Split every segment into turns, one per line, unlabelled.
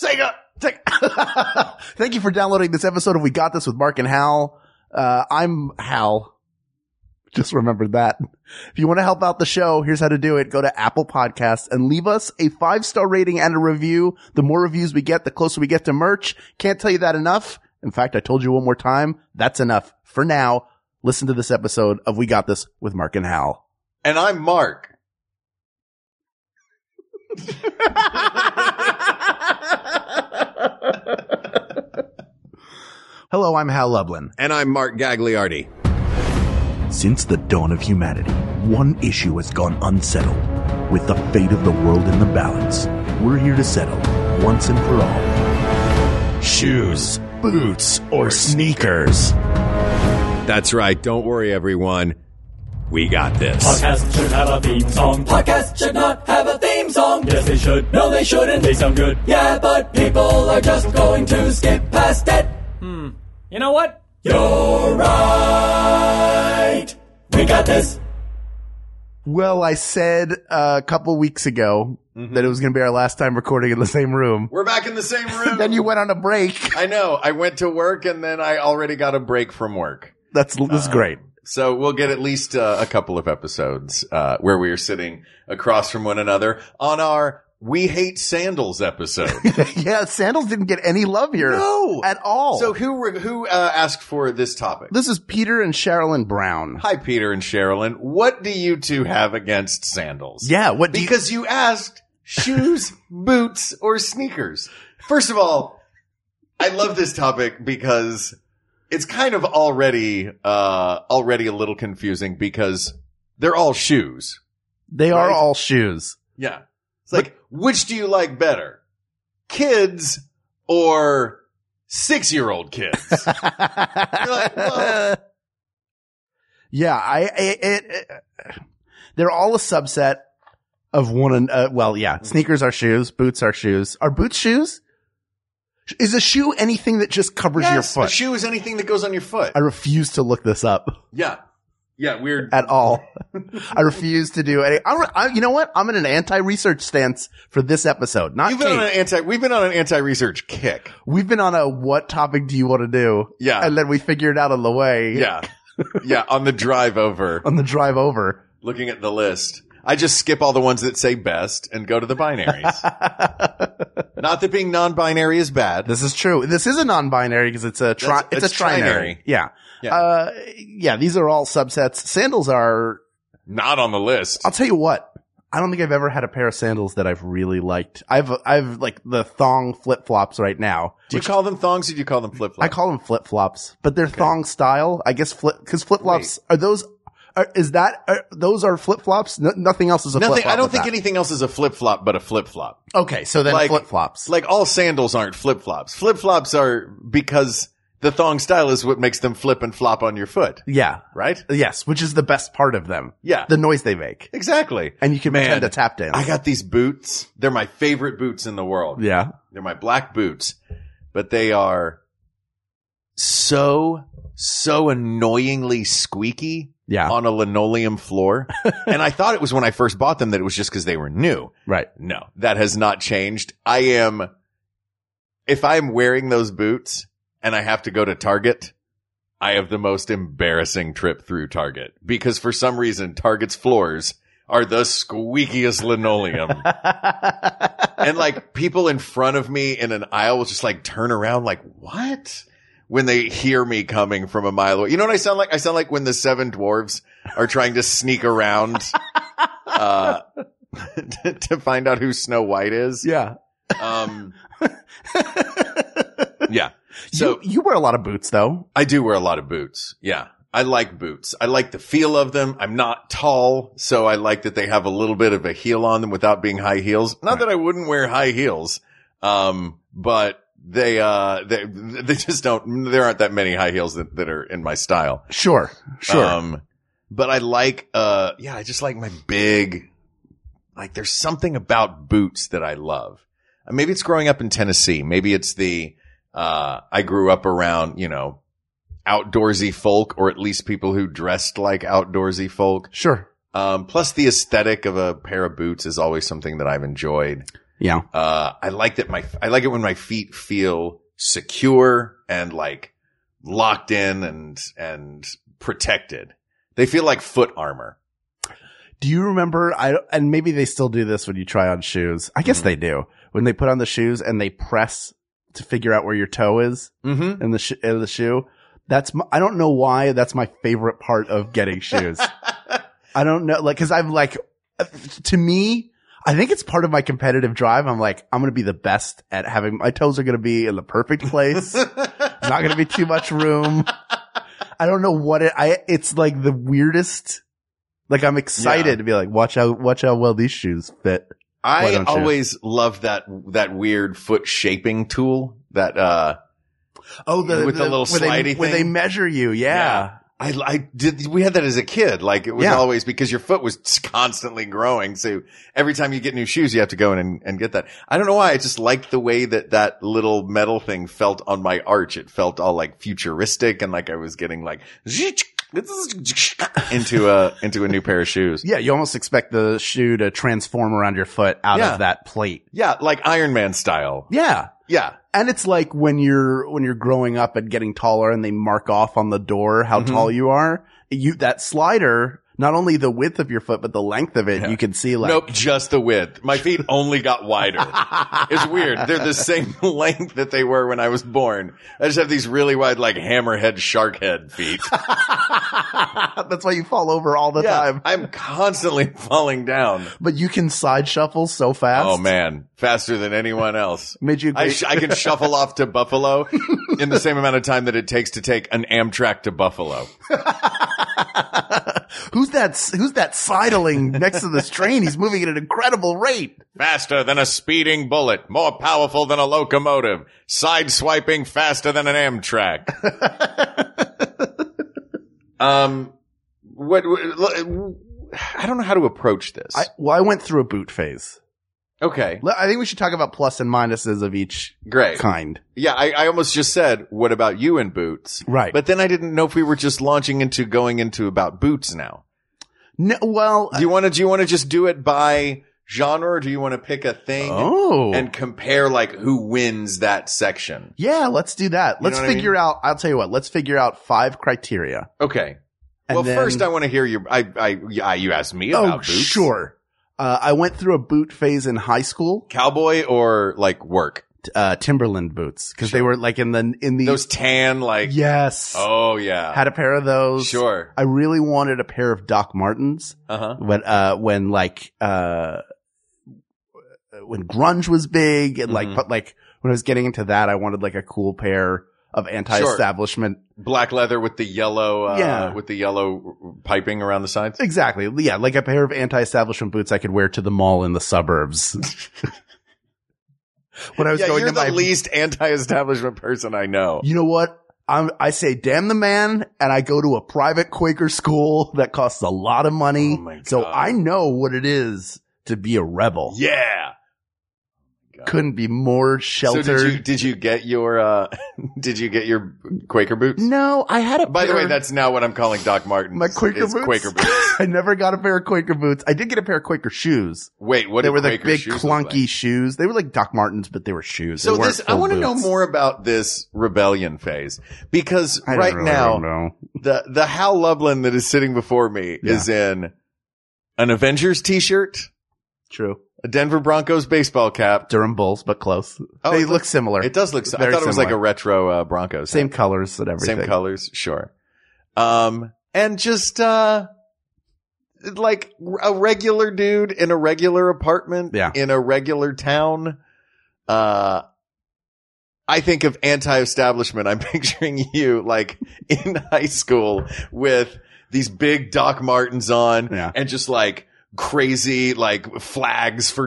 Sega. Sega. Thank you for downloading this episode of We Got This with Mark and Hal. Uh, I'm Hal. Just remember that. If you want to help out the show, here's how to do it. Go to Apple Podcasts and leave us a five star rating and a review. The more reviews we get, the closer we get to merch. Can't tell you that enough. In fact, I told you one more time. That's enough for now. Listen to this episode of We Got This with Mark and Hal.
And I'm Mark.
Hello, I'm Hal Lublin.
And I'm Mark Gagliardi.
Since the dawn of humanity, one issue has gone unsettled. With the fate of the world in the balance, we're here to settle once and for all.
Shoes.
Boots or sneakers.
That's right. Don't worry, everyone. We got this.
Podcast should have a theme song. Podcast should not have a theme song. Yes, they should. No, they shouldn't. They sound good. Yeah, but people are just going to skip past it. Hmm. You know what? You're right. We got this.
Well, I said a couple weeks ago that it was going to be our last time recording in the same room.
We're back in the same room.
Then you went on a break.
I know. I went to work and then I already got a break from work.
That's this is great.
So we'll get at least uh, a couple of episodes uh, where we are sitting across from one another on our We Hate Sandals episode.
yeah, sandals didn't get any love here
No.
at all.
so who re- who uh, asked for this topic?
this is Peter and Sherilyn Brown.
Hi, Peter and Sherilyn. What do you two have against sandals?
Yeah, what do you-
Because you asked shoes, boots, or sneakers. First of all, I love this topic because it's kind of already uh already a little confusing because they're all shoes.
they are
Right.
all shoes.
Yeah. It's like which do you like better? Kids or 6-year-old kids? like, whoa.
yeah, I, I it, it, they're all a subset of one. an- Uh, well, yeah, sneakers are shoes, boots are shoes. Are boots shoes? Is a shoe anything that just covers your
yes, a
foot?
shoe is anything that goes on your foot.
I refuse to look this up
Yeah. Yeah, weird.
at all. I refuse to do any. I'm, I, you know what? I'm in an anti-research stance for this episode. Not
You've been on
Kate.
an anti. We've been on an anti-research kick.
We've been on a what topic do you want to do?
Yeah.
And then we figure it out on the way.
Uh, Yeah, yeah. On the drive over,
On the drive over.
looking at the list, I just skip all the ones that say best and go to the binaries. Not that being non-binary is bad.
This is true. This is a non-binary because it's a tri-
That's-
it's,
it's
a trinary.
trinary.
Yeah.
Yeah.
Uh, yeah. These are all subsets. Sandals are.
Not on the list.
I'll tell you what. I don't think I've ever had a pair of sandals that I've really liked. I've I've like the thong flip flops right now.
Do you call them thongs or do you call them flip
I
flops?
call them flip flops, but they're thong style. I guess flip because flip flops are those. Are, is that are, those are flip flops? No, nothing else is a
Nothing.
flip-flop
I don't
with
think
that.
anything else is a flip flop, but a flip flop.
Okay, so then
Like-
flip flops.
Like all sandals aren't flip flops. Flip flops are because the thong style is what makes them flip and flop on your foot,
yeah,
right?
yes, which is the best part of them.
Yeah.
the noise they make,
Exactly.
and you can
Man,
pretend to tap dance.
I got these boots. They're my favorite boots in the world.
yeah.
They're my black boots, but they are so, so annoyingly squeaky
Yeah.
on a linoleum floor. and I thought it was when I first bought them that it was just because they were new.
right.
No, that has not changed. I am, if I'm wearing those boots and I have to go to Target, I have the most embarrassing trip through Target because for some reason, Target's floors are the squeakiest linoleum. and like people in front of me in an aisle will just like turn around like, what? When they hear me coming from a mile away. You know what I sound like? I sound like when the seven dwarves are trying to sneak around. Uh, to, to find out who Snow White is.
yeah.
Um, yeah.
So
So
you, you wear a lot of boots though.
I do wear a lot of boots. Yeah. I like boots. I like the feel of them. I'm not tall, so I like that they have a little bit of a heel on them without being high heels. Not that I wouldn't wear high heels, um, but they, uh, they, they just don't, there aren't that many high heels that, that are in my style.
Sure. Sure.
Um, but I like, uh, yeah, I just like my big, like there's something about boots that I love. Uh, Maybe it's growing up in Tennessee. Maybe it's the, uh, I grew up around, you know, outdoorsy folk or at least people who dressed like outdoorsy folk.
sure.
Um, plus the aesthetic of a pair of boots is always something that I've enjoyed.
Yeah.
Uh, I like that my, I like it when my feet feel secure and like locked in and, and protected. They feel like foot armor.
Do you remember? I and maybe they still do this when you try on shoes. I guess
Mhm.
they do when they put on the shoes and they press to figure out where your toe is
Mm-hmm.
in the sh- in the shoe. That's my, I don't know why that's my favorite part of getting shoes. I don't know, like, cause I'm like, to me, I think it's part of my competitive drive. I'm like, I'm gonna be the best at having my toes are gonna be in the perfect place. There's not gonna be too much room. I don't know what it. I it's like the weirdest. Like I'm excited
Yeah.
to be like, watch out, watch how well these shoes fit. Why
I
don't you?
always love that, that weird foot shaping tool that, uh,
Oh,
the- With the the- little
where they,
slidey
where they
thing?
measure you. Yeah.
I, I did. We had that as a kid. Like it was
Yeah.
always because your foot was constantly growing. So every time you get new shoes, you have to go in and, and get that. I don't know why. I just liked the way that that little metal thing felt on my arch. It felt all like futuristic and like I was getting like into a into a new pair of shoes.
yeah, You almost expect the shoe to transform around your foot out
Yeah.
of that plate.
Yeah, like Iron Man style.
Yeah.
Yeah,
And it's like when you're when you're growing up and getting taller, and they mark off on the door how
Mhm.
tall you are. You that slider, not only the width of your foot but the length of it,
Yeah.
you can see like
nope, just the width. My feet only got wider. It's weird. They're the same length that they were when I was born. I just have these really wide, like hammerhead shark head feet.
That's why you fall over all the time.
I'm constantly falling down.
But you can side shuffle so fast.
Oh man, faster than anyone else.
Made you
I,
great-
sh- I can shuffle off to Buffalo in the same amount of time that it takes to take an Amtrak to Buffalo.
who's that? s- Who's that sidling next to this train? He's moving at an incredible rate.
Faster than a speeding bullet, more powerful than a locomotive, sideswiping faster than an Amtrak. um, what, what? I don't know how to approach this.
I, well, I went through a boot phase.
okay,
Le- I think we should talk about plus and minuses of each
great.
kind.
Yeah, I, I almost just said, what about you and boots?
Right.
But then I didn't know if we were just launching into going into about boots now.
No, well, uh,
Do you want to, do you want to just do it by genre or do you want to pick a thing
oh,
and compare like who wins that section?
yeah. Let's do that.
You
Let's
know what I
figure out. I'll tell you what. Let's figure out five criteria.
Okay.
And
well,
then-
first I want to hear your, I, I, yeah, you asked me about
oh,
boots.
sure. Uh, I went through a boot phase in high school.
Cowboy or like work?
Uh, Timberland boots because they were like in the in the
Those tan, like,
yes.
oh yeah.
Had a pair of those.
sure.
I really wanted a pair of Doc Martens.
Uh huh.
when uh when like uh when grunge was big and like
Mhm.
but like when I was getting into that I wanted like a cool pair of anti-establishment
Black leather with the yellow, uh,
Yeah.
with the yellow piping around the sides.
exactly yeah like a pair of anti-establishment boots I could wear to the mall in the suburbs when I was
yeah,
going
you're
to
the
my
least anti-establishment person I know.
you know what I'm I say damn the man and I go to a private Quaker school that costs a lot of money
Oh my
so
God.
I know what it is to be a rebel
Yeah.
couldn't be more
So
sheltered
did you did you get your uh did you get your Quaker boots?
No, I had a.
By the
pair-
way, that's now what I'm calling Doc Martens.
my Quaker
is
boots.
Quaker boots.
I never got a pair of Quaker boots. I did get a pair of Quaker shoes.
Wait, what
they
do
were like
Quaker
big
shoes look
clunky
like?
shoes. They were like Doc Martens, but they were shoes.
So
They weren't
this I
full
want to know
boots.
more about this rebellion phase because
I don't
right
really
now
know.
the the Hal Lublin that is sitting before me
Yeah.
is in an Avengers t-shirt,
true
a Denver Broncos baseball cap.
Durham Bulls, but close.
Oh,
they
it
look, similar.
It does look so, I
Very
thought it was like a
similar.
retro uh, Broncos.
Same colors and everything.
Same colors, sure. Um, and just, uh, like a regular dude in a regular apartment
Yeah.
in a regular town. Uh, I think of anti-establishment. I'm picturing you like in high school with these big Doc Martens on
Yeah.
and just like crazy like flags for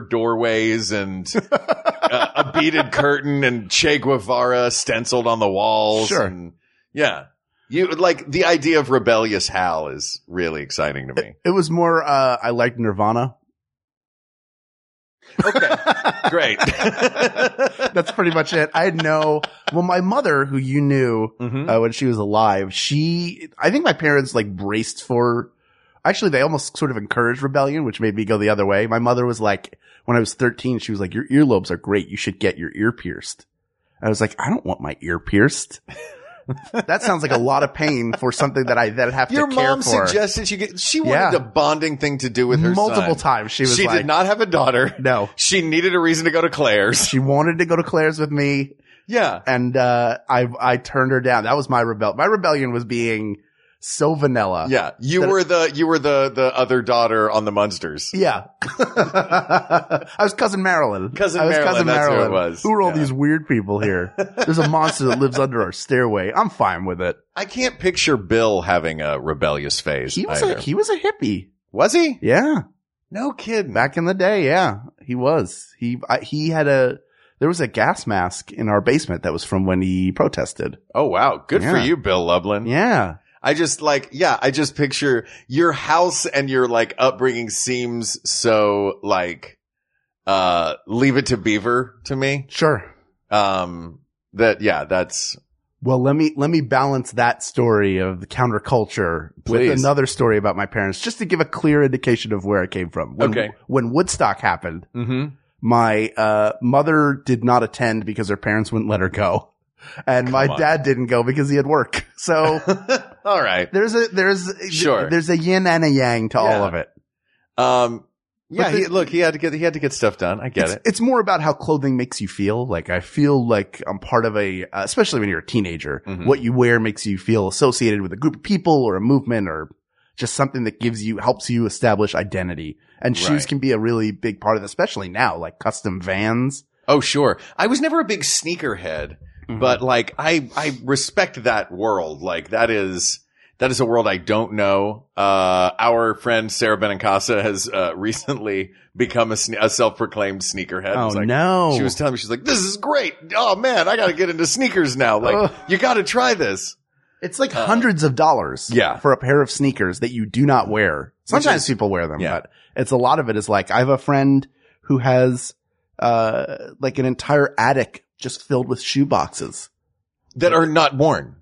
doorways and uh, a beaded curtain and Che Guevara stenciled on the walls.
Sure.
And, yeah. You like the idea of rebellious Hal is really exciting to me.
It was more. Uh, I liked Nirvana.
Okay. Great.
That's pretty much it. I had no. Well, my mother, who you knew,
Mhm.
uh, when she was alive. She, I think my parents like braced for Actually, they almost sort of encouraged rebellion, which made me go the other way. My mother was like, when I was 13, she was like, your earlobes are great. You should get your ear pierced. I was like, I don't want my ear pierced. that sounds like a lot of pain for something that I then have
Your
to care
mom
for.
suggested she get, she wanted
Yeah.
a bonding thing to do with her
Multiple
son.
times she was
She
like,
did not have a daughter.
no,
She needed a reason to go to Claire's.
she wanted to go to Claire's with me.
Yeah.
and uh, I I turned her down. That was my rebel. My rebellion was being so vanilla.
Yeah. You
That-
were the you were the the other daughter on the Munsters.
yeah. I was cousin Marilyn.
Cousin
I was
Marilyn, that's who it was.
Who are all
Yeah.
these weird people here? There's a monster that lives under our stairway. I'm fine with it.
I can't picture Bill having a rebellious phase.
He was
either.
a he was a hippie.
was he?
Yeah,
No kidding.
back in the day. Yeah, he was. He I, he had a. There was a gas mask in our basement that was from when he protested.
Oh wow. Good for
Yeah.
you, Bill Lublin.
Yeah.
I just like, yeah, I just picture your house and your like upbringing seems so like, uh, leave it to Beaver to me.
Sure.
Um, that, yeah, that's,
Well, let me let me balance that story of the counterculture
Please.
with another story about my parents, just to give a clear indication of where I came from. When,
Okay.
When Woodstock happened,
mm-hmm.
my uh, mother did not attend because her parents wouldn't let her go, and my
on.
dad didn't go because he had work. So
all right.
there's a there's
Sure.
there's a yin and a yang to all
Yeah.
of it.
Um, yeah,
But the-
he, look, he had to get, he had to get stuff done. I get
it's,
it.
it's more about how clothing makes you feel. Like I feel like I'm part of a, uh, especially when you're a teenager,
Mhm.
what you wear makes you feel associated with a group of people or a movement or just something that gives you, helps you establish identity. And shoes
Right.
can be a really big part of, especially now, like custom vans.
Oh, sure. I was never a big sneakerhead, but like, I, I respect that world. Like that is, that is a world I don't know. Uh, our friend Sarah Benincasa has, uh, recently become a, sne- a self-proclaimed sneakerhead.
oh
It's like,
no.
She was telling me, she's like, this is great. Oh man, I got to get into sneakers now. Like,
Ugh.
you got to try this.
it's like
uh,
hundreds of dollars
yeah.
for a pair of sneakers that you do not wear.
Which
Sometimes
is-
people wear them,
yeah.
but it's a lot of it is like, I have a friend who has, uh, like an entire attic just filled with shoe boxes.
That are not worn.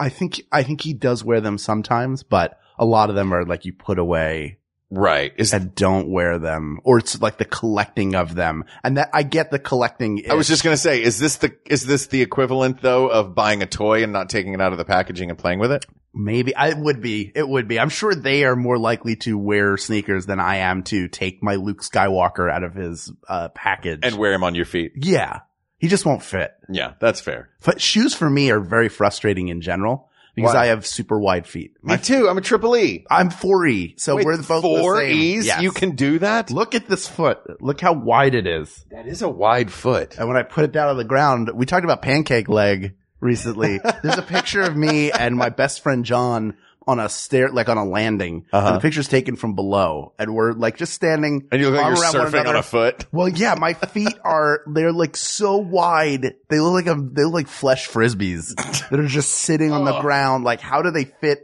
I think I think he does wear them sometimes, but a lot of them are like you put away
Right. Is
and don't wear them, or it's like the collecting of them. And that I get the collecting.
I was just going to say, is this the, is this the equivalent though of buying a toy and not taking it out of the packaging and playing with it?
maybe I it would be it would be. I'm sure they are more likely to wear sneakers than I am to take my Luke Skywalker out of his uh, package.
And wear them on your feet.
yeah, he just won't fit.
Yeah, that's fair.
But shoes for me are very frustrating in general because
Why?
I have super wide feet.
Me too. I'm a triple E.
I'm four E, so
Wait,
we're both
four
the same.
E's.
Yes.
You can do that.
look at this foot. Look how wide it is.
That is a wide foot.
And when I put it down on the ground, we talked about pancake leg recently. There's a picture of me and my best friend John on a stair, like on a landing.
Uh-huh.
And the picture's taken from below, and we're like just standing.
And you look like
arm
you're
around one
surfing on
another.
a foot.
Well, yeah, my feet are they're like so wide. They look like a they look like flesh frisbees that are just sitting on the
Oh.
ground. Like, how do they fit?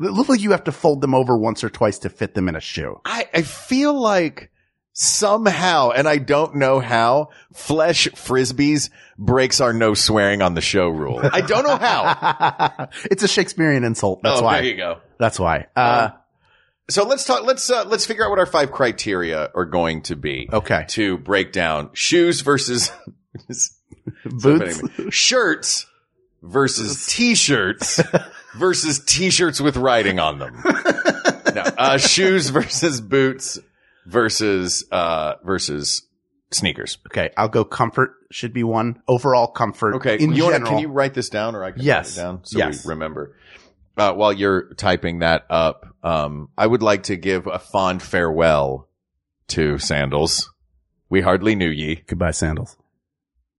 They look like you have to fold them over once or twice to fit them in a shoe.
I, I feel like somehow, and I don't know how, flesh frisbees breaks our no swearing on the show rule. I don't know how.
it's a Shakespearean insult. That's
oh,
why.
There you go.
That's why. Uh,
So let's talk. Let's uh, let's figure out what our five criteria are going to be
okay.
to break down shoes versus
Boots.
shirts versus t-shirts versus t-shirts with writing on them. no, uh, shoes versus boots versus uh, versus sneakers.
Okay, I'll go. Comfort should be one. Overall comfort.
Okay.
In
you wanna-
general,
can you write this down or I can
Yes.
write it down so
Yes.
we remember? Uh, while you're typing that up, um, I would like to give a fond farewell to sandals. We hardly knew ye.
goodbye sandals.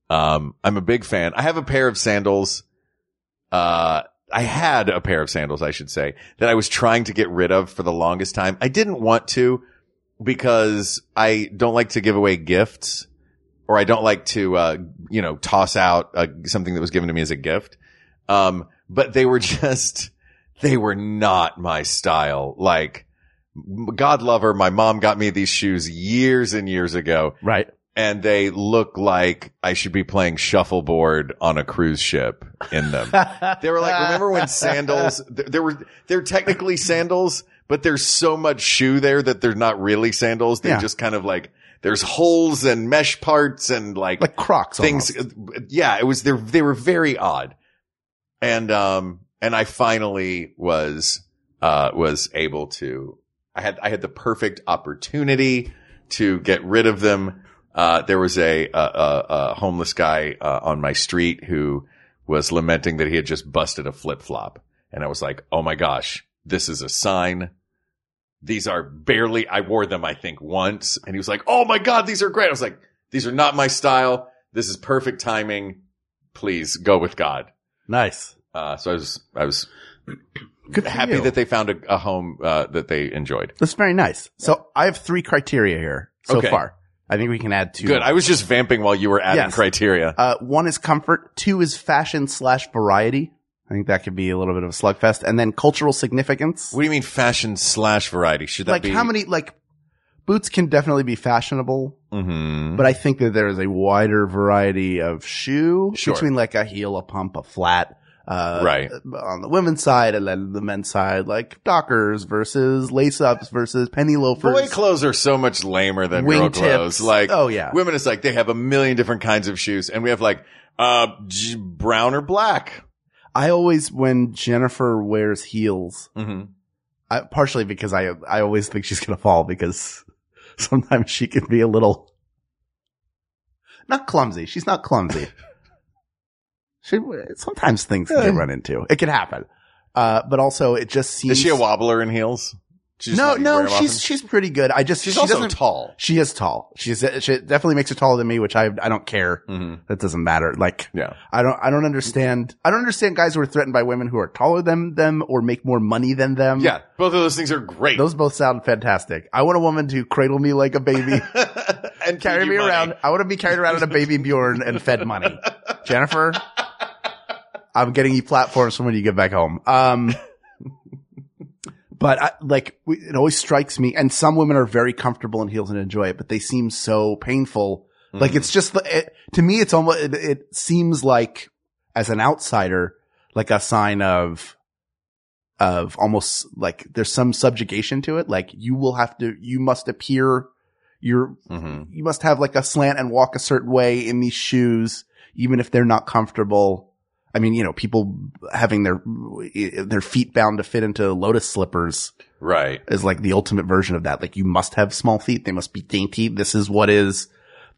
Um, I'm a big fan. I have a pair of sandals. Uh, I had a pair of sandals, I should say, that I was trying to get rid of for the longest time. I didn't want to because I don't like to give away gifts or I don't like to, uh, you know, toss out uh, something that was given to me as a gift. Um, but they were just, they were not my style. Like, God love her. My mom got me these shoes years and years ago
Right.
and they look like I should be playing shuffleboard on a cruise ship in them. they were like, remember when sandals? There, there were they're technically sandals, but there's so much shoe there that they're not really sandals. They
Yeah.
just kind of like there's holes and mesh parts and like,
like Crocs.
things.
almost.
Yeah, it was they they were very odd, and um and I finally was uh was able to I had I had the perfect opportunity to get rid of them. Uh, there was a, a, a, a homeless guy uh, on my street who was lamenting that he had just busted a flip flop, and I was like, oh my gosh, this is a sign. These are barely. I wore them, I think, once, and he was like, "Oh my god, these are great." I was like, "These are not my style. This is perfect timing. Please go with God."
Nice.
Uh, so I was, I was
Good for
happy
you.
that they found a, a home uh, that they enjoyed.
That's very nice. So I have three criteria here so
Okay.
far. I think we can add two.
Good. I was just vamping while you were adding
Yes.
criteria.
Uh, one is comfort. Two is fashion slash variety. I think that could be a little bit of a slugfest. And then cultural significance.
What do you mean fashion slash variety? Should that
like
be
how many, like boots can definitely be fashionable,
Mhm.
but I think that there is a wider variety of shoe
Sure.
between like a heel, a pump, a flat. Uh,
Right.
on the women's side and then the men's side, like dockers versus lace ups versus penny loafers.
Boy clothes are so much lamer than girl
Wingtips.
clothes. Like,
Oh, yeah.
women is like they have a million different kinds of shoes, and we have like uh j- brown or black.
I always, when Jennifer wears heels,
Mm-hmm.
I, partially because I I always think she's gonna fall because sometimes she can be a little not clumsy. She's not clumsy. she sometimes things
Yeah.
get run into. It can happen. Uh, but also it just seems.
Is she a wobbler in heels? She's
No,
not- you wear
no,
'em often?
she's she's pretty good. I just
she's
she
also
doesn't-
tall.
She is tall. She's she definitely makes her taller than me, which I I don't care.
Mm-hmm.
That doesn't matter. Like
Yeah.
I don't I don't understand. I don't understand guys who are threatened by women who are taller than them or make more money than them.
Yeah. Both of those things are great.
Those both sound fantastic. I want a woman to cradle me like a baby,
and
carry
feed
me
you money.
around. I want to be carried around in a baby Bjorn and fed money. Jennifer, I'm getting you platforms from when you get back home. Um, but I, like, we, it always strikes me, and some women are very comfortable in heels and enjoy it, but they seem so painful. Like,
Mm.
it's just, it, to me, it's almost, it, it seems like, as an outsider, like a sign of, of almost like there's some subjugation to it. Like you will have to, you must appear, you're
Mhm.
you must have like a slant and walk a certain way in these shoes, even if they're not comfortable. I mean, you know, people having their their feet bound to fit into lotus slippers
Right.
is like the ultimate version of that. Like you must have small feet; they must be dainty. This is what is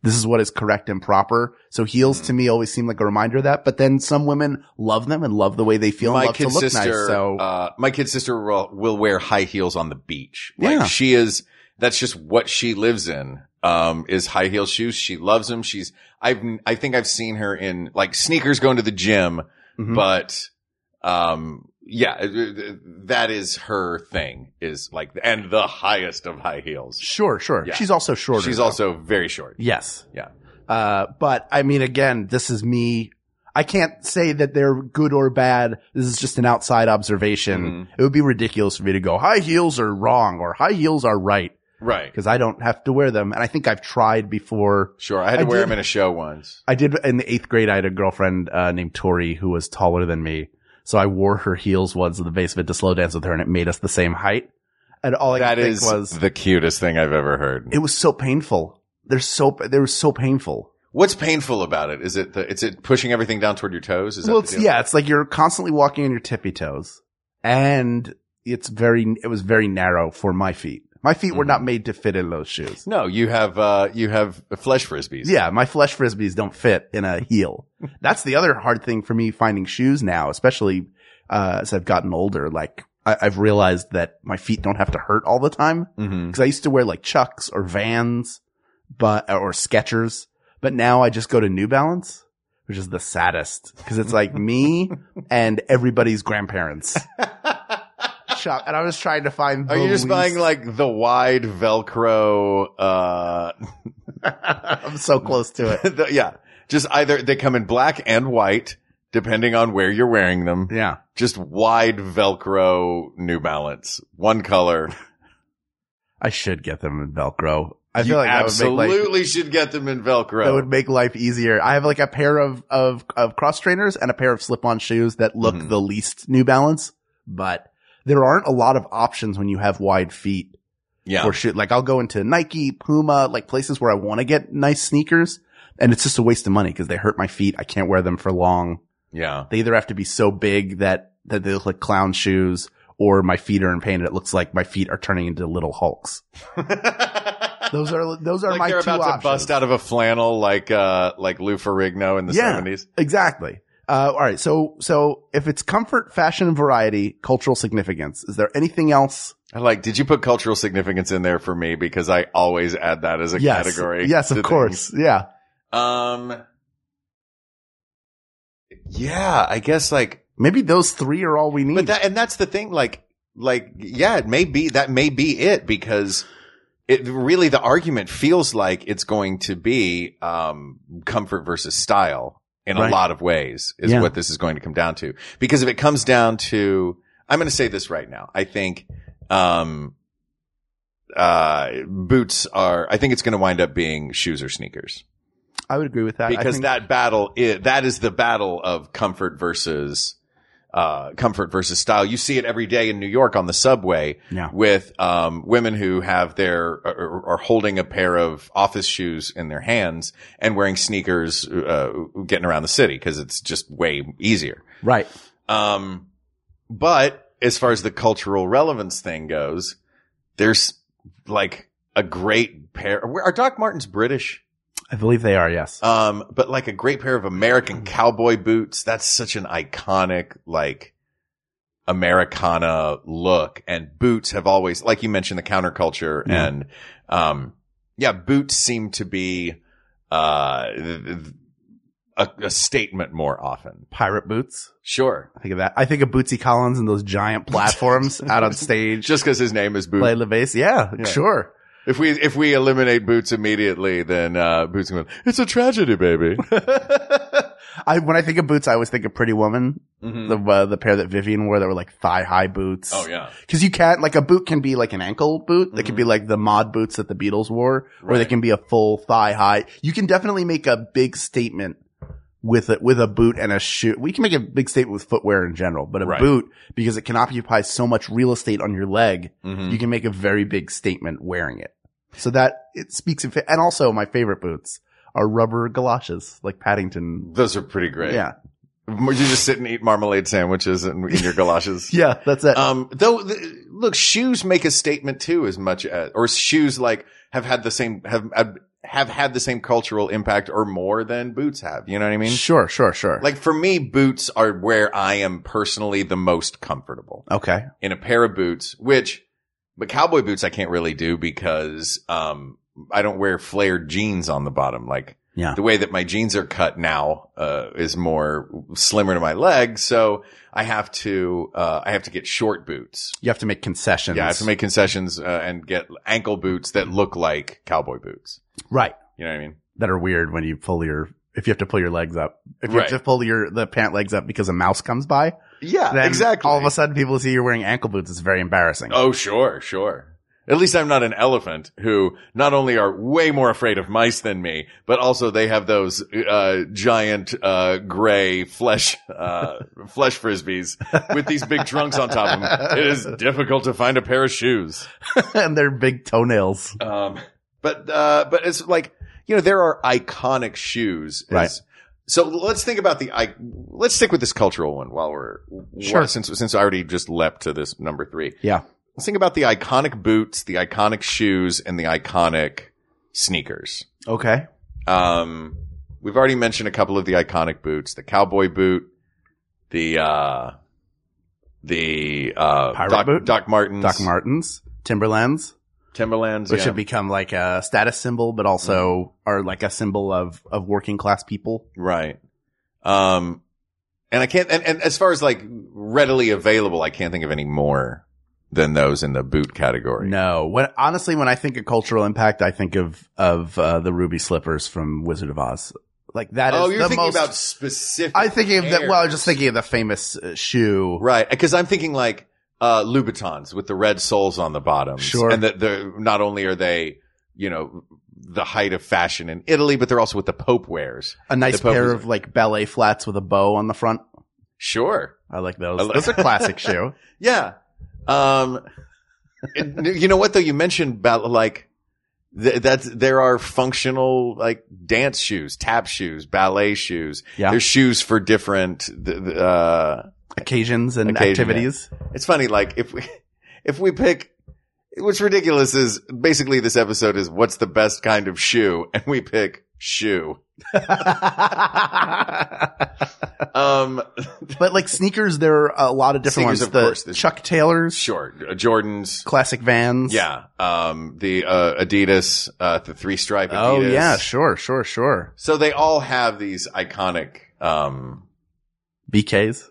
this is what is correct and proper. So heels
Hmm.
to me always seem like a reminder of that. But then some women love them and love the way they feel and
my
love to
kid
look
sister,
nice. So
uh, my kid sister will, will wear high heels on the beach. Like
Yeah.
she is, that's just what she lives in. Um, is high heel shoes. She loves them. She's, I've, I think I've seen her in like sneakers going to the gym,
Mhm.
but, um, yeah, it- it- that is her thing is like, and the highest of high heels.
sure, sure.
Yeah.
She's also shorter.
She's
though.
also very short.
Yes.
Yeah.
Uh, but I mean, again, this is me. I can't say that they're good or bad. This is just an outside observation.
Mm-hmm.
It would be ridiculous for me to go, high heels are wrong or high heels are right
Right.
because I don't have to wear them. And I think I've tried before.
Sure. I had to
I
wear
did-
them in a show once.
I did in the eighth grade. I had a girlfriend uh, named Tori who was taller than me. So I wore her heels once in the basement to slow dance with her and it made us the same height. And all I
That
could
is
think was,
the cutest thing I've ever heard.
it was so painful. They're so, they were so painful.
What's painful about it? Is it the, is it pushing everything down toward your toes? Is that
well,
the
it's,
deal?
yeah, it's like you're constantly walking on your tippy toes, and it's very. It was very narrow for my feet. My feet were
Mm-hmm.
not made to fit in those shoes.
No, you have uh you have flesh frisbees.
Yeah, my flesh frisbees don't fit in a heel. That's the other hard thing for me finding shoes now, especially uh, as I've gotten older. Like I- I've realized that my feet don't have to hurt all the time
Mm-hmm.
because I used to wear like Chucks or Vans, but or Skechers, but now I just go to New Balance, which is the saddest because it's like me and everybody's grandparents shop, and I was trying to find.
Are
the
you just
least-
buying like the wide Velcro? uh
I'm so close to it.
the, Yeah, just either they come in black and white, depending on where you're wearing them.
Yeah,
Just wide Velcro New Balance, one color.
I should get them in Velcro. I
you
feel like that would make
absolutely
life,
should get them in Velcro.
that would make life easier. I have like a pair of of of cross trainers and a pair of slip on shoes that look
Mhm.
the least New Balance, but there aren't a lot of options when you have wide feet
Yeah.
or shit. Like I'll go into Nike, Puma, like places where I want to get nice sneakers. And it's just a waste of money because they hurt my feet. I can't wear them for long.
Yeah.
They either have to be so big that, that they look like clown shoes or my feet are in pain and it looks like my feet are turning into little hulks. Those are, those are
like
my
they're
two
about
options.
to bust out of a flannel like uh like Lou Ferrigno in the
Yeah.
seventies.
Exactly. Uh, all right. So, so if it's comfort, fashion, and variety, cultural significance, is there anything else?
I like. Did you put cultural significance in there for me because I always add that as a
yes.
category?
Yes, of
to
course. Yeah.
things. Um. Yeah, I guess like,
Maybe those three are all we need.
but that and that's the thing. Like, like yeah, it may be that may be it because it really the argument feels like it's going to be um comfort versus style in
Right.
a lot of ways is
Yeah.
what this is going to come down to because if it comes down to I'm going to say this right now. I think um uh boots are I think it's going to wind up being shoes or sneakers
I would agree with that. I
because
think-
that battle is that is the battle of comfort versus uh comfort versus style. You see it every day in New York on the subway
Yeah.
with um women who have their are, are holding a pair of office shoes in their hands and wearing sneakers uh getting around the city because it's just way easier.
right.
Um, but as far as the cultural relevance thing goes, there's like a great pair. Are Doc Martens British?
I believe they are. Yes.
Um, but like a great pair of
Mm-hmm.
American cowboy boots. That's such an iconic, like Americana look. And boots have always, like you mentioned, the counterculture
Yeah.
and, um, yeah, boots seem to be, uh, th- th- a, a statement more often.
Pirate boots.
Sure.
I think of that. I think of Bootsy Collins and those giant platforms out on stage.
Just because his name is Boots.
Play the bass. Yeah,
Yeah.
Sure.
If we if we eliminate Boots immediately, then uh, Boots going, it's a tragedy, baby.
I, when I think of boots, I always think of Pretty Woman,
Mhm.
the, uh, the pair that Vivian wore that were like thigh high boots.
Oh yeah,
Cause you can't, like a boot can be like an ankle boot. They can
Mhm.
be like the mod boots that the Beatles wore, or they
Right.
can be a full thigh high. You can definitely make a big statement with a, with a boot and a shoe. We can make a big statement with footwear in general, but a
Right.
boot, because it can occupy so much real estate on your leg,
Mhm.
you can make a very big statement wearing it. So that it speaks in, fa- and also my favorite boots are rubber galoshes, like Paddington.
those are pretty great.
Yeah.
you just sit and eat marmalade sandwiches and in your galoshes.
Yeah. That's it.
Um, though, th- look, shoes make a statement too, as much as or shoes like have had the same have have- have had the same cultural impact or more than boots have. You know what I mean?
sure. Sure. Sure.
Like for me, boots are where I am personally the most comfortable.
okay.
in a pair of boots, which, but cowboy boots I can't really do because, um, I don't wear flared jeans on the bottom. Like
Yeah.
the way that my jeans are cut now, uh, is more slimmer to my leg. So I have to, uh, I have to get short boots.
You have to make concessions.
Yeah. I have to make concessions, uh, and get ankle boots that look like cowboy boots.
right.
You know what I mean?
that are weird when you pull your if you have to pull your legs up. If you
Right.
have to pull your the pant legs up because a mouse comes by,
Yeah.
then
exactly.
all of a sudden people see you're wearing ankle boots. It's very embarrassing.
Oh, sure, sure. At least I'm not an elephant who not only are way more afraid of mice than me, but also they have those uh, giant uh, gray flesh uh, flesh frisbees with these big trunks on top of them. It is difficult to find a pair of shoes.
and their big toenails.
Um, but uh, but it's like you know there are iconic shoes. It's-
Right.
So let's think about the I. Let's stick with this cultural one while we're
Sure.
Since since I already just leapt to this number three.
Yeah.
Let's think about the iconic boots, the iconic shoes, and the iconic sneakers.
Okay.
Um, we've already mentioned a couple of the iconic boots: the cowboy boot, the uh, the uh,
Pirate
Doc,
boot?
Doc Martens,
Doc Martens, Timberlands,
Timberlands,
which
yeah. Mm-hmm.
have become like a status symbol, but also are like a symbol of of working class people.
right. Um, and I can't. And, and as far as like readily available, I can't think of any more than those in the boot category.
No, when honestly, when I think of cultural impact, I think of of uh, the ruby slippers from Wizard of Oz. Like that is
Oh, you're
the
thinking
most-
about specific.
I thinking of that. Well, I was
pairs.
just thinking of the famous uh, shoe.
Right. Because I'm thinking like uh, Louboutins with the red soles on the bottom.
Sure.
And that they're not only are they, you know, the height of fashion in Italy, but they're also what the Pope wears.
a nice
The Pope
pair
is
of like ballet flats with a bow on the front.
Sure.
I like those.
I like-
those are classic shoe.
Yeah. Um, and you know what though? You mentioned about like th- that's there are functional like dance shoes, tap shoes, ballet shoes.
Yeah.
There's shoes for different. th- th- uh,
Occasions and
Occasion,
activities.
it's funny. Like if we if we pick. What's ridiculous is basically this episode is what's the best kind of shoe, and we pick shoe. Um,
but like sneakers, there are a lot of different
Sneakers,
ones.
of
the
course, there's-
Chuck Taylors,
sure, uh, Jordans,
classic Vans.
Yeah. Um, the uh, Adidas, uh, the three stripe Adidas.
Oh yeah, sure, sure, sure.
So they all have these iconic. Um,
BKs.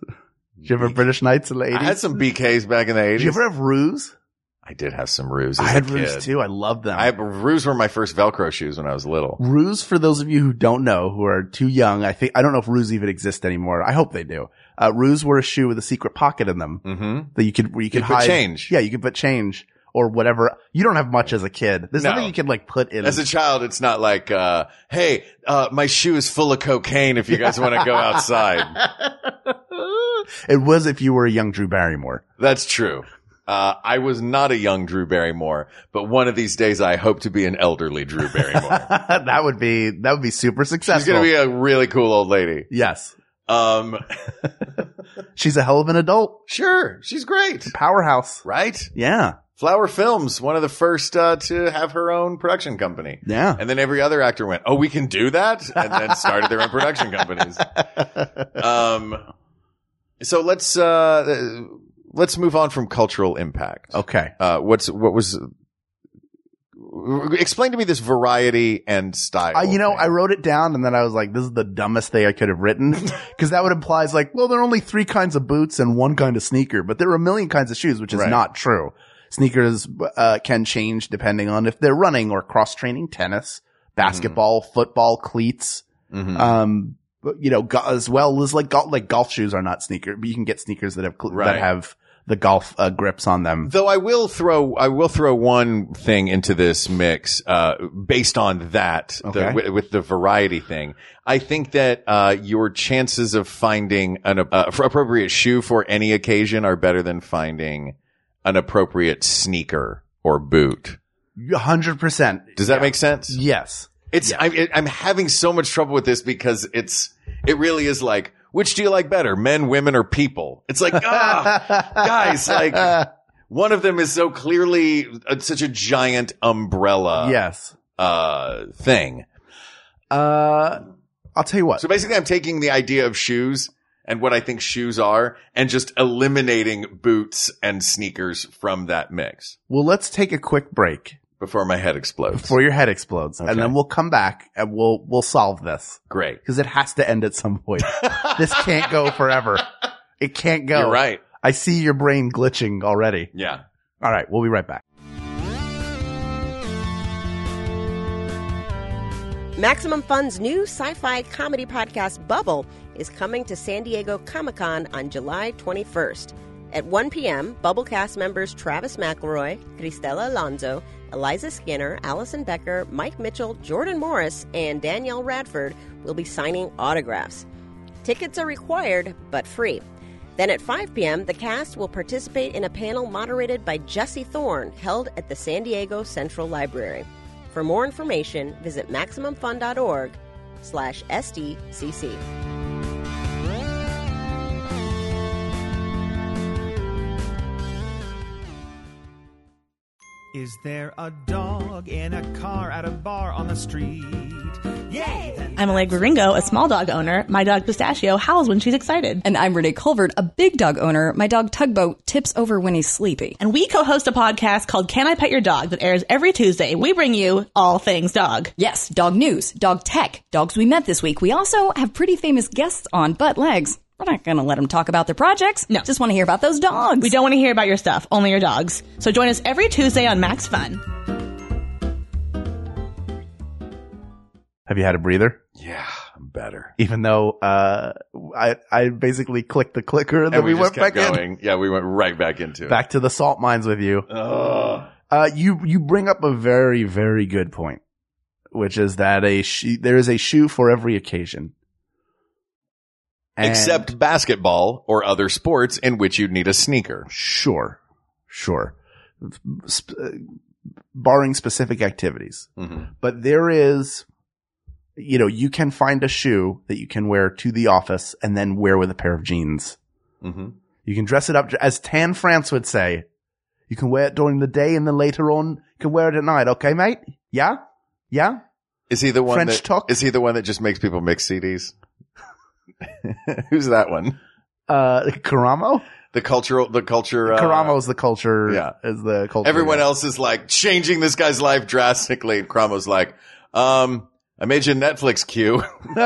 Did you ever have British Knights in the
I had
eighties?
some BKs back in the
Did you
eighties.
ever have ruse?
I did have some Ruse.
I
as a
had ruse
kid.
too. I love them.
I had, Ruse were my first Velcro shoes when I was little.
Ruse, for those of you who don't know, who are too young, I think I don't know if Ruse even exist anymore. I hope they do. Uh, Ruse were a shoe with a secret pocket in them
Mm-hmm.
that you could where you could
could put
hide
change.
Yeah, you could put change or whatever. You don't have much as a kid. There's
No.
nothing you can like put in.
As a child, it's not like, uh, hey, uh, my shoe is full of cocaine. If you guys want to go outside,
it was if you were a young Drew Barrymore.
that's true. Uh, I was not a young Drew Barrymore, but one of these days, I hope to be an elderly Drew Barrymore.
that would be that would be super
She's
successful.
gonna be a really cool old lady.
yes,
Um,
she's a hell of an adult
sure, she's great,
powerhouse.
right?
Yeah,
Flower Films, one of the first uh, to have her own production company,
yeah.
and then every other actor went, "Oh, we can do that," and then started their own production companies. Um, so let's uh, let's move on from cultural impact.
Okay.
Uh, what's what was? Explain to me this variety and style.
Uh, you know,
thing.
I wrote it down and then I was like, this is the dumbest thing I could have written. Cause that would implies like, well, there are only three kinds of boots and one kind of sneaker, but there are a million kinds of shoes, which is
Right.
not true. Sneakers, uh, can change depending on if they're running or cross training tennis, basketball,
Mm-hmm.
football, cleats.
Mhm.
Um, but, you know, go- as well as like golf, like golf shoes are not sneaker, but you can get sneakers that have, cle
Right.
that have the golf uh, grips on them.
Though I will throw, I will throw one thing into this mix, uh, based on that, the,
Okay.
wi- with the variety thing. I think that, uh, your chances of finding an uh, appropriate shoe for any occasion are better than finding an appropriate sneaker or boot.
100%.
Does that make sense?
Yes.
It's,
Yeah.
I'm, it- I'm having so much trouble with this because it's, it really is like, which do you like better, men, women, or people? It's like, ah, guys, like, one of them is so clearly uh, such a giant umbrella
yes.
uh thing.
Uh, I'll tell you what.
So basically I'm taking the idea of shoes and what I think shoes are and just eliminating boots and sneakers from that mix
Well, let's take a quick break
before my head explodes.
before your head explodes,
Okay.
and then we'll come back and we'll we'll solve this
Great.
because it has to end at some point. this can't go forever. It can't go.
You're right.
I see your brain glitching already.
Yeah.
All right, we'll be right back.
Maximum Fun's new sci fi comedy podcast, Bubble, is coming to San Diego Comic Con on July 21st. At 1 p.m., Bubble cast members Travis McElroy, Cristela Alonso, Eliza Skinner, Allison Becker, Mike Mitchell, Jordan Morris, and Danielle Radford will be signing autographs. Tickets are required, but free. Then at 5 p.m., the cast will participate in a panel moderated by Jesse Thorne, held at the San Diego Central Library. For more information, visit MaximumFun.org slash SDCC.
Is there a dog in a car at a bar on the street? Yay! then
I'm Allegra Ringo, a small dog owner. My dog Pistachio howls when she's excited.
And I'm Renee Culvert, a big dog owner. My dog Tugboat tips over when he's sleepy.
And we co-host a podcast called Can I Pet Your Dog that airs every Tuesday. We bring you all things dog.
Yes, dog news, dog tech, dogs we met this week. We also have pretty famous guests on butt legs. We're not going to let them talk about their projects.
No.
Just want to hear about those dogs.
We don't want to hear about your stuff, only your dogs. So join us every Tuesday on Max Fun.
Have you had a breather?
Yeah, I'm better.
Even though uh, I I basically clicked the clicker and then
And
we,
we,
went
just
back
kept
in,
going. Yeah, we went right back into it.
back to the salt mines with you.
Ugh.
Uh, you you bring up a very very good point, which is that a sh- there is a shoe for every occasion, And-
Except basketball or other sports in which you'd need a sneaker.
sure, Sure. Sp- uh, barring specific activities.
Mhm.
But there is, you know, you can find a shoe that you can wear to the office and then wear with a pair of jeans.
Mhm.
You can dress it up, as Tan France would say. You can wear it during the day and then later on you can wear it at night. Okay, mate? Yeah? Yeah?
Is he the one
French
that,
talk?
Is he the one that just makes people mix CDs? Who's that one?
Uh, Karamo?
The cultural, the culture. Uh,
Karamo is the culture.
yeah.
Is the culture.
Everyone else is like changing this guy's life drastically. And Cromo's like, um, I made you a Netflix queue.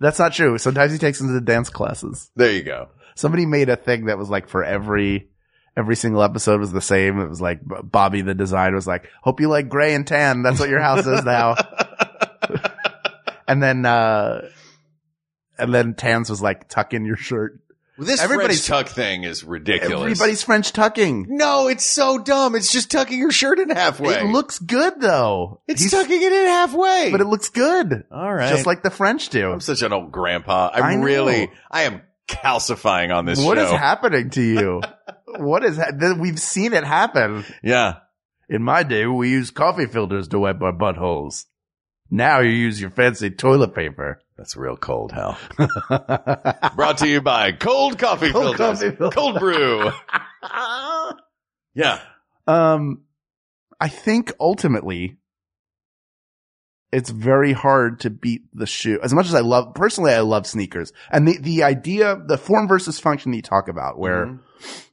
That's not true. Sometimes he takes them to dance classes.
there you go.
Somebody made a thing that was like for every every single episode was the same. It was like B- Bobby the designer was like, "Hope you like gray and tan. That's what your house is now." and then uh and then Tans was like, "Tuck in your shirt."
This
Everybody's-
Everybody's tuck thing is ridiculous.
Everybody's French tucking.
no, it's so dumb. It's just tucking your shirt in halfway.
It looks good though.
it's
He's-
tucking it in halfway.
but it looks good.
all right.
Just like the French do.
I'm such an old grandpa. I'm
I know.
really, I am calcifying
What
on this
is
show.
happening to you? what is ha- th- we've seen it happen.
yeah.
In my day, we used coffee filters to wipe our buttholes. Now you use your fancy toilet paper.
That's real cold, Hal. Brought to you by Cold Coffee
Cold
Filters.
coffee filter.
Cold Brew. yeah.
um, I think ultimately, it's very hard to beat the shoe. As much as I love, personally, I love sneakers. And the, the idea, the form versus function that you talk about, where
Mhm.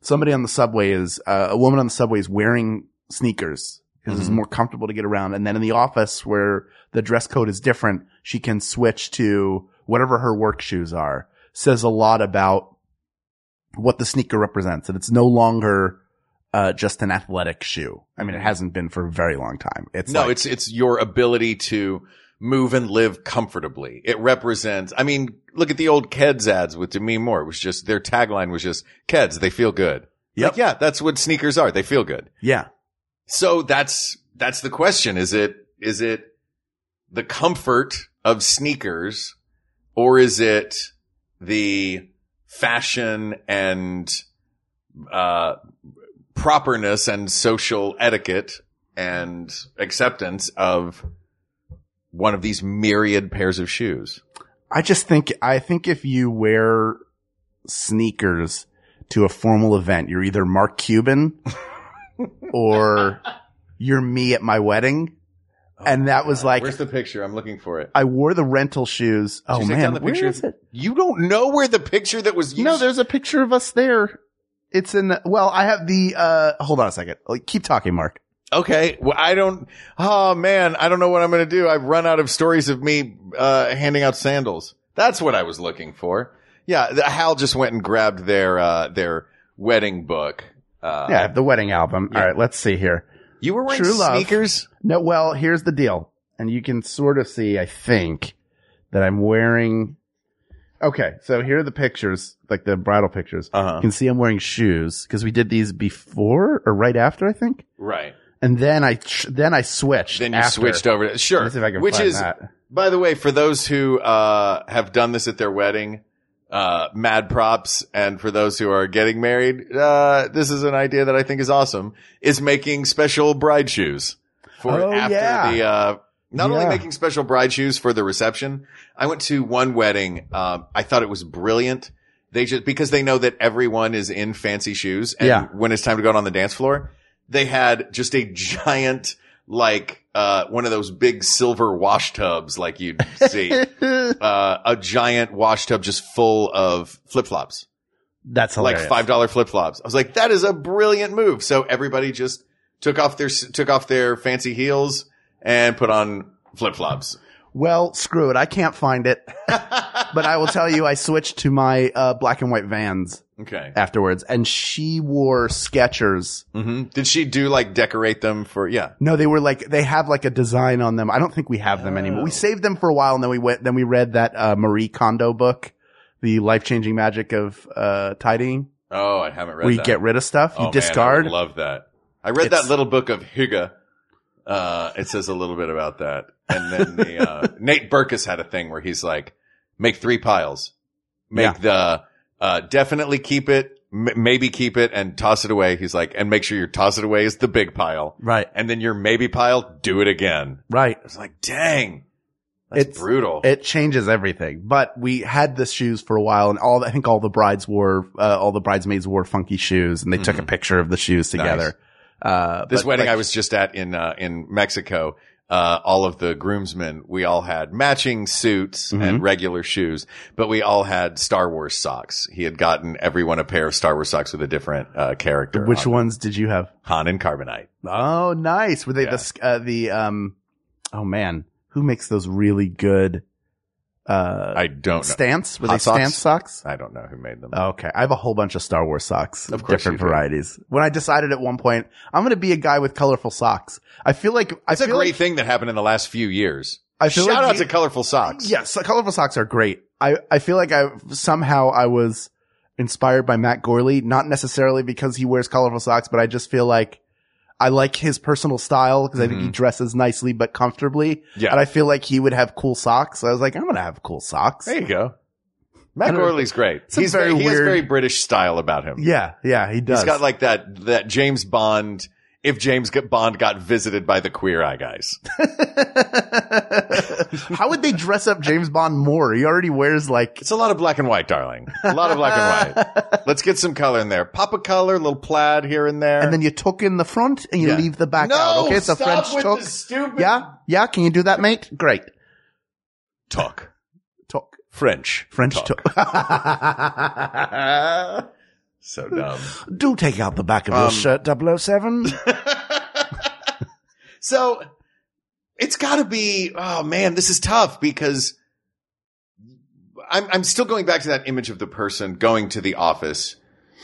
somebody on the subway is, uh, a woman on the subway is wearing sneakers because it's
Mhm.
more comfortable to get around. And then in the office where the dress code is different, she can switch to whatever her work shoes are. Says a lot about what the sneaker represents. And it's no longer, uh, just an athletic shoe. I mean, it hasn't been for a very long time. It's
no,
like-
it's it's your ability to move and live comfortably. It represents. I mean, look at the old Keds ads with Demi Moore. It was just their tagline was just Keds. They feel good.
Yep.
Like, yeah, that's what sneakers are. They feel good.
yeah.
So that's that's the question. Is it is it the comfort of sneakers, or is it the fashion and uh, properness and social etiquette and acceptance of one of these myriad pairs of shoes?
I just think I think if you wear sneakers to a formal event, you're either Mark Cuban or you're me at my wedding. and that was like
Oh Where's the picture? I'm looking for it.
I wore the rental shoes.
Did
oh
you take
man,
down the
where
picture?
is it?
You don't know where the picture that was used.
No, there's a picture of us there. It's in well, I have the uh hold on a second. Like, keep talking, Mark.
Okay. Well, I don't. Oh man, I don't know what I'm going to do. I've run out of stories of me uh, handing out sandals. That's what I was looking for. Yeah, the, Hal just went and grabbed their uh, their wedding book. Uh,
yeah, I have the wedding album. All right, let's see here.
you were wearing
True Love.
sneakers.
No, well, here's the deal. And you can sort of see, I think, that I'm wearing. Okay, so here are the pictures, like the bridal pictures. You
Uh huh.
can see I'm wearing shoes because we did these before or right after, I think.
Right.
And then I ch- then I switched.
Then you
after.
switched over. to Sure.
Let me see if I can
Which
find
is,
that.
by the way, for those who uh, have done this at their wedding, uh, mad props, and for those who are getting married, uh, this is an idea that I think is awesome. Is making special bride shoes for
Oh,
after
yeah.
the. Uh, not only
Yeah.
making special bride shoes for the reception, I went to one wedding. Um, I thought it was brilliant. They just because they know that everyone is in fancy shoes, and
Yeah.
when it's time to go out on the dance floor, they had just a giant like uh one of those big silver wash tubs like you'd see uh a giant wash tub just full of flip-flops
That's hilarious.
like five dollar flip-flops i was like that is a brilliant move so everybody just took off their took off their fancy heels and put on flip-flops
Well, screw it. I can't find it. but I will tell you, I switched to my uh, black and white vans
okay
afterwards, and she wore Skechers.
hmm did she do like decorate them for yeah
No, they were like they have like a design on them. I don't think we have them anymore.
Oh.
We saved them for a while, and then we went. Then we read that uh, Marie Kondo book, "The Life Changing Magic of uh, Tidying,"
oh i haven't read
where you
that.
get rid of stuff,
Oh,
you
man,
discard.
I would love that. I read
It's-
that little book of Higa. Uh, it says a little bit about that. And then the, uh, Nate Burkus had a thing where he's like, make three piles. Make the, uh, definitely keep it, M- maybe keep it and toss it away. He's like, and make sure your toss it away is the big pile.
Right.
And then your maybe pile, do it again.
Right.
It's like, dang, that's
It's-
brutal.
It changes everything. But we had the shoes for a while, and all the, I think all the brides wore, uh, all the bridesmaids wore funky shoes, and they took a picture of the shoes together. Uh,
Mm-hmm. this
but,
wedding
like,
I was just at in uh, in Mexico, uh, all of the groomsmen, we all had matching suits
Mm-hmm.
and regular shoes, but we all had Star Wars socks. He had gotten everyone a pair of Star Wars socks with a different uh, character.
which
on them.
ones did you have?
Han and Carbonite.
Oh, nice. Were they
Yeah.
the the uh, the um? Oh man, who makes those really good uh
I don't know.
stance? Were
Hot
they
socks?
stance socks?
I don't know who made them.
Okay, I have a whole bunch of Star Wars socks,
Of course
different
you do.
varieties. When I decided at one point, I'm going to be a guy with colorful socks. I feel like I
That's a
feel
great
like,
thing that happened in the last few years.
I feel
Shout
like
out
you-
to Colorful Socks.
Yes, so colorful socks are great. I, I feel like I somehow I was inspired by Matt Gorley, not necessarily because he wears colorful socks, but I just feel like I like his personal style because I think he dresses nicely but comfortably.
Mm-hmm. Yeah.
And I feel like he would have cool socks. So I was like, I'm going to have cool socks.
There you go. Matt
I don't-
Gorley's great.
a
He's very,
very
he has
weird-
very British style about him.
Yeah. Yeah. He does.
He's got like that that James Bond. If James G- Bond got visited by the Queer Eye guys,
How would they dress up James Bond more? He already wears like,
it's a lot of black and white, darling. A lot of black and white. Let's get some color in there. Pop a color, little plaid here and there.
and then you tuck in the front and you
Yeah.
leave the back
No,
out. Okay. It's a
stop
French
with
tuck.
the stupid-
Yeah. Yeah. Can you do that, mate? Great.
talk
Tuck.
French,
French
Tuck.
took.
So dumb.
Do take out the back of your shirt, 007.
So it's got to be. Oh man, this is tough because I'm I'm still going back to that image of the person going to the office.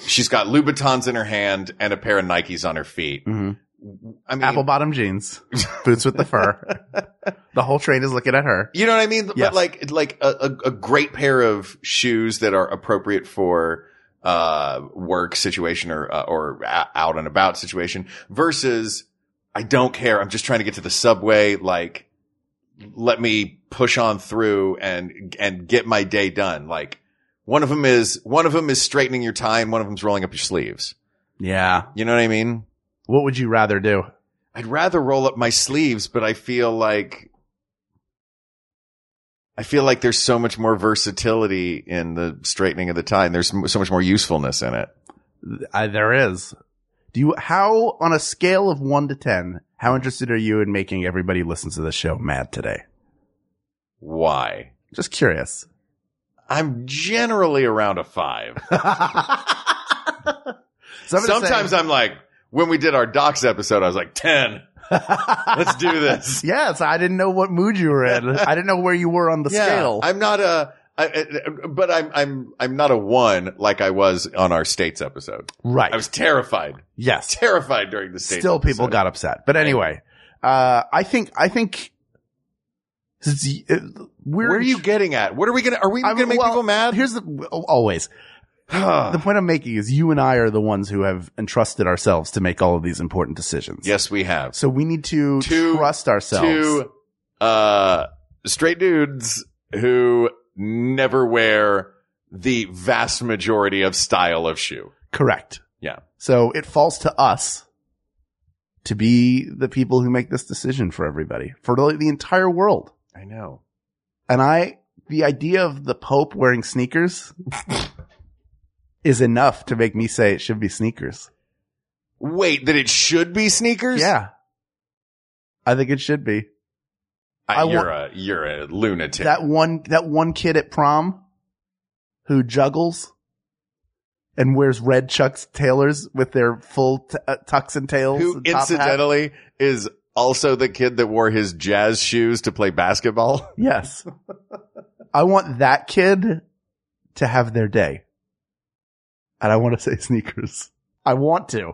She's got Louboutins in her hand and a pair of Nikes on her feet. I mean,
Mm-hmm. Apple bottom jeans, boots with the fur. the whole train is looking at her.
you know what I mean? But
Yes.
like like a, a, a great pair of shoes that are appropriate for uh work situation or uh, or a- out and about situation versus I don't care. I'm just trying to get to the subway. Like let me push on through and and get my day done. Like one of them is one of them is straightening your tie and one of them's rolling up your sleeves.
Yeah.
You know what I mean?
What would you rather do?
I'd rather roll up my sleeves, but I feel like I feel like there's so much more versatility in the straightening of the tie, and there's m- so much more usefulness in it.
I, there is. Do you, how, on a scale of one to 10, how interested are you in making everybody listens to the show mad today?
Why?
Just curious.
I'm generally around a five.
So I'm gonna
Sometimes
say-
I'm like, when we did our docs episode, I was like ten. Let's do this.
yes, I didn't know what mood you were in. I didn't know where you were on the scale.
I'm not a. I, I- but I'm I'm I'm not a one like I was on our states episode.
right.
I was terrified,
yes.
terrified during the states.
still people
episode.
got upset. But anyway, uh, I think I think since y- uh, we're
Where are you getting at? What are we gonna? Are we
I'm-
gonna make
well,
people mad?
Here's the oh, always the point I'm making is you and I are the ones who have entrusted ourselves to make all of these important decisions.
yes, we have
So we need to
Two-
trust ourselves.
two uh, straight dudes who never wear the vast majority of style of shoe.
Correct.
Yeah,
So it falls to us to be the people who make this decision for everybody, for the the entire world.
I know.
And I, the idea of the Pope wearing sneakers is enough to make me say it should be sneakers.
Wait, that it should be sneakers?
Yeah. I think it should be.
I,
I
you're
want-
a you're a lunatic.
That one, that one kid at prom who juggles and wears red Chuck's tailors with their full t- uh, tucks and tails.
who
and top hat.
incidentally is also the kid that wore his jazz shoes to play basketball.
Yes. I want that kid to have their day. And I want to say sneakers. I want to.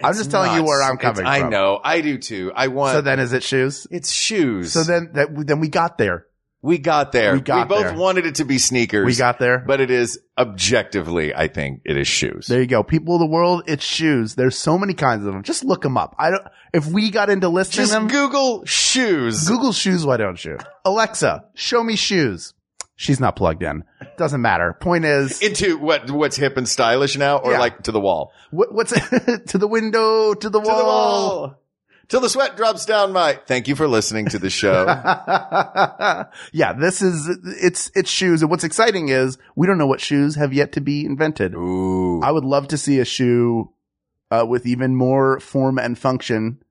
I'm
It's
just telling you
not-
where I'm
it's-
coming
I
from.
know. I do too. I want.
So then is it shoes?
it's shoes.
So then that then we got there.
We got there.
We got
both
there.
wanted it to be sneakers.
We got there.
But it is objectively, I think it is shoes.
There you go. People of the world, it's shoes. There's so many kinds of them. Just look them up. I don't if we got into listing
Just
them,
Google shoes.
Google shoes, why don't you? Alexa, show me shoes. She's not plugged in. Doesn't matter. Point is,
Into what what's hip and stylish now, or
Yeah.
like to the wall?
what, what's to the window, to the wall.
To the wall. Till the sweat drops down my. Thank you for listening to the show.
yeah, this is it's it's shoes, and what's exciting is we don't know what shoes have yet to be invented.
Ooh.
I would love to see a shoe uh, with even more form and function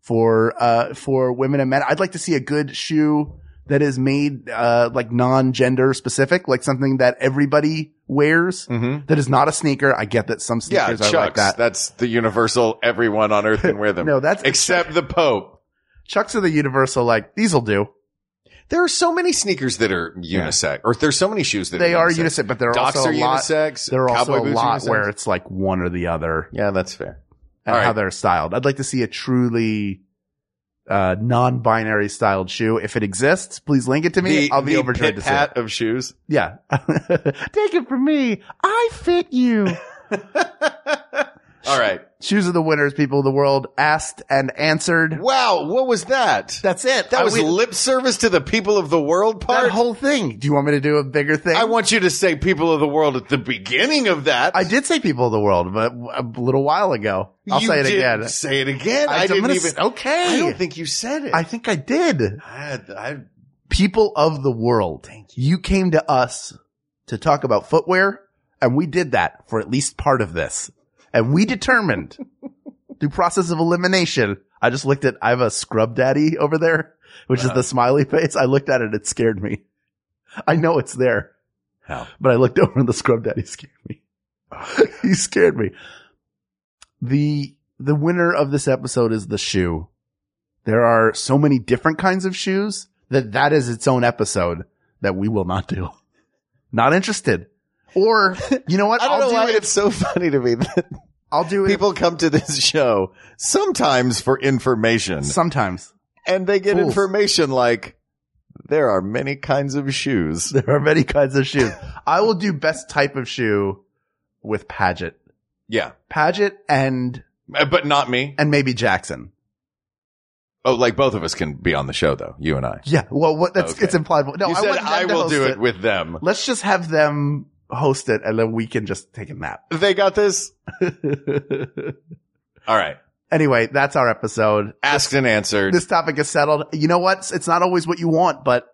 for uh, for women and men. I'd like to see a good shoe that is made uh, like non-gender specific, like something that everybody wears
Mhm.
that is not a sneaker. I get that some
Yeah,
sneakers
Chucks.
are like that.
That's the universal. Everyone on earth can wear them.
No, that's-
except the Pope.
Chucks are the universal. Like these'll do.
There are so many sneakers that are unisex, or there's so many shoes that
They
are
are
unisex.
unisex, but there are
Docs
also
are
a lot.
unisex.
There are also
cowboy
a
boots are
lot
unisex.
where it's like one or the other.
yeah, that's fair.
and
All
how
right.
they're styled. I'd like to see a truly uh, non-binary styled shoe. If it exists, please link it to me. I'll be overjoyed to see it.
hat of shoes.
Yeah. Take it from me. I fit you.
All right.
Shoes are the winners, people of the world. Asked and answered.
Wow, what was that?
That's it.
that
I-
was
we-
lip service to the people of the world
that
part.
whole thing. Do you want me to do a bigger thing?
I want you to say people of the world at the beginning of that.
I did say people of the world, but a little while ago. I'll
You
say it
did
again.
Say it again. I,
I'm
didn't
gonna
even.
s- okay.
I don't think you said it.
I think I did.
I, I,
people of the world. you. came to us to talk about footwear, and we did that for at least part of this. And we determined through process of elimination. I just looked at, I have a scrub daddy over there, which is
Uh-huh.
the smiley face. I looked at it, it scared me. I know it's there.
How?
But I looked over and the scrub daddy scared me. he scared me. The, the winner of this episode is the shoe. There are so many different kinds of shoes that that is its own episode that we will not do. Not interested. Or you know what?
I don't
will
know
do
why
it.
it's so funny to me that
I'll do it
people come to this show sometimes for information,
sometimes.
and they get
Fools.
information like there are many kinds of shoes.
There are many kinds of shoes. I will do best type of shoe with Paget.
Yeah,
Paget and
Uh, but not me.
and maybe Jackson.
Oh, like both of us can be on the show though. You and I.
Yeah. Well, what that's
Okay.
it's implied. No,
you
I
said
want them
I
to
will
host
do it with them.
Let's just have them host it, and then we can just take a nap.
They got this. All right.
Anyway, that's our episode.
Asked and answered.
This topic is settled. You know what? It's not always what you want, but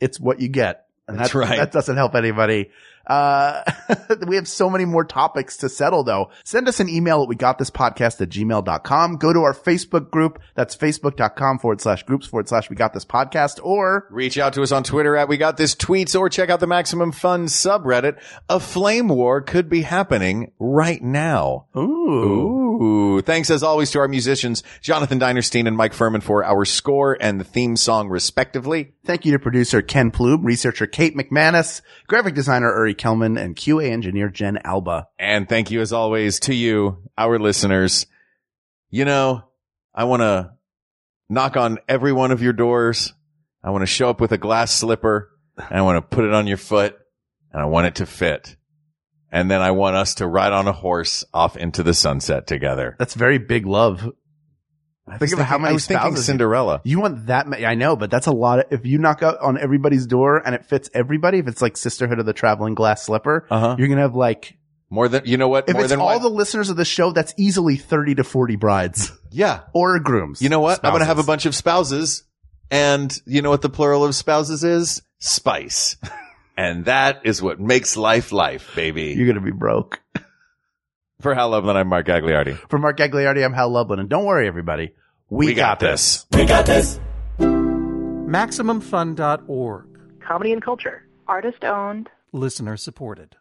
it's what you get. And
That's
that-
right.
That doesn't help anybody. Uh, we have so many more topics to settle though. Send us an email at we got this podcast at gmail.com. Go to our Facebook group. That's facebook.com forward slash groups forward slash we got this podcast or
Reach out to us on Twitter at We Got This Tweets or check out the Maximum Fun subreddit. A flame war could be happening right now. Ooh. Thanks as always to our musicians, Jonathan Dinerstein and Mike Furman for our score and the theme song respectively.
Thank you to producer Ken Plume, researcher Kate McManus, graphic designer Uri Kelman, and QA engineer Jen Alba.
And thank you as always to you, our listeners. You know, I want to knock on every one of your doors. I want to show up with a glass slipper and I want to put it on your foot and I want it to fit. And then I want us to ride on a horse off into the sunset together.
That's very big love.
I
Think
was
of how many
I was thinking
spouses you-
Cinderella.
You want that many? I know, but that's a lot. Of, if you knock out on everybody's door and it fits everybody, if it's like Sisterhood of the Traveling Glass Slipper,
Uh-huh.
you're gonna have like
More than, you know what?
if
More
it's
than
all
what?
the listeners of the show, that's easily thirty to forty brides
yeah.
or grooms.
You know what? I'm going to have a
Spouses.
bunch of spouses. And you know what the plural of spouses is? Spice. and that is what makes life life, baby.
You're gonna be broke.
For How Loveland, I'm Mark Agliardi.
For Mark Gagliardi, I'm Hal Lublin, and don't worry, everybody, we, got, this.
We got this.
MaximumFun.org.
comedy and culture.
Artist owned.
Listener supported.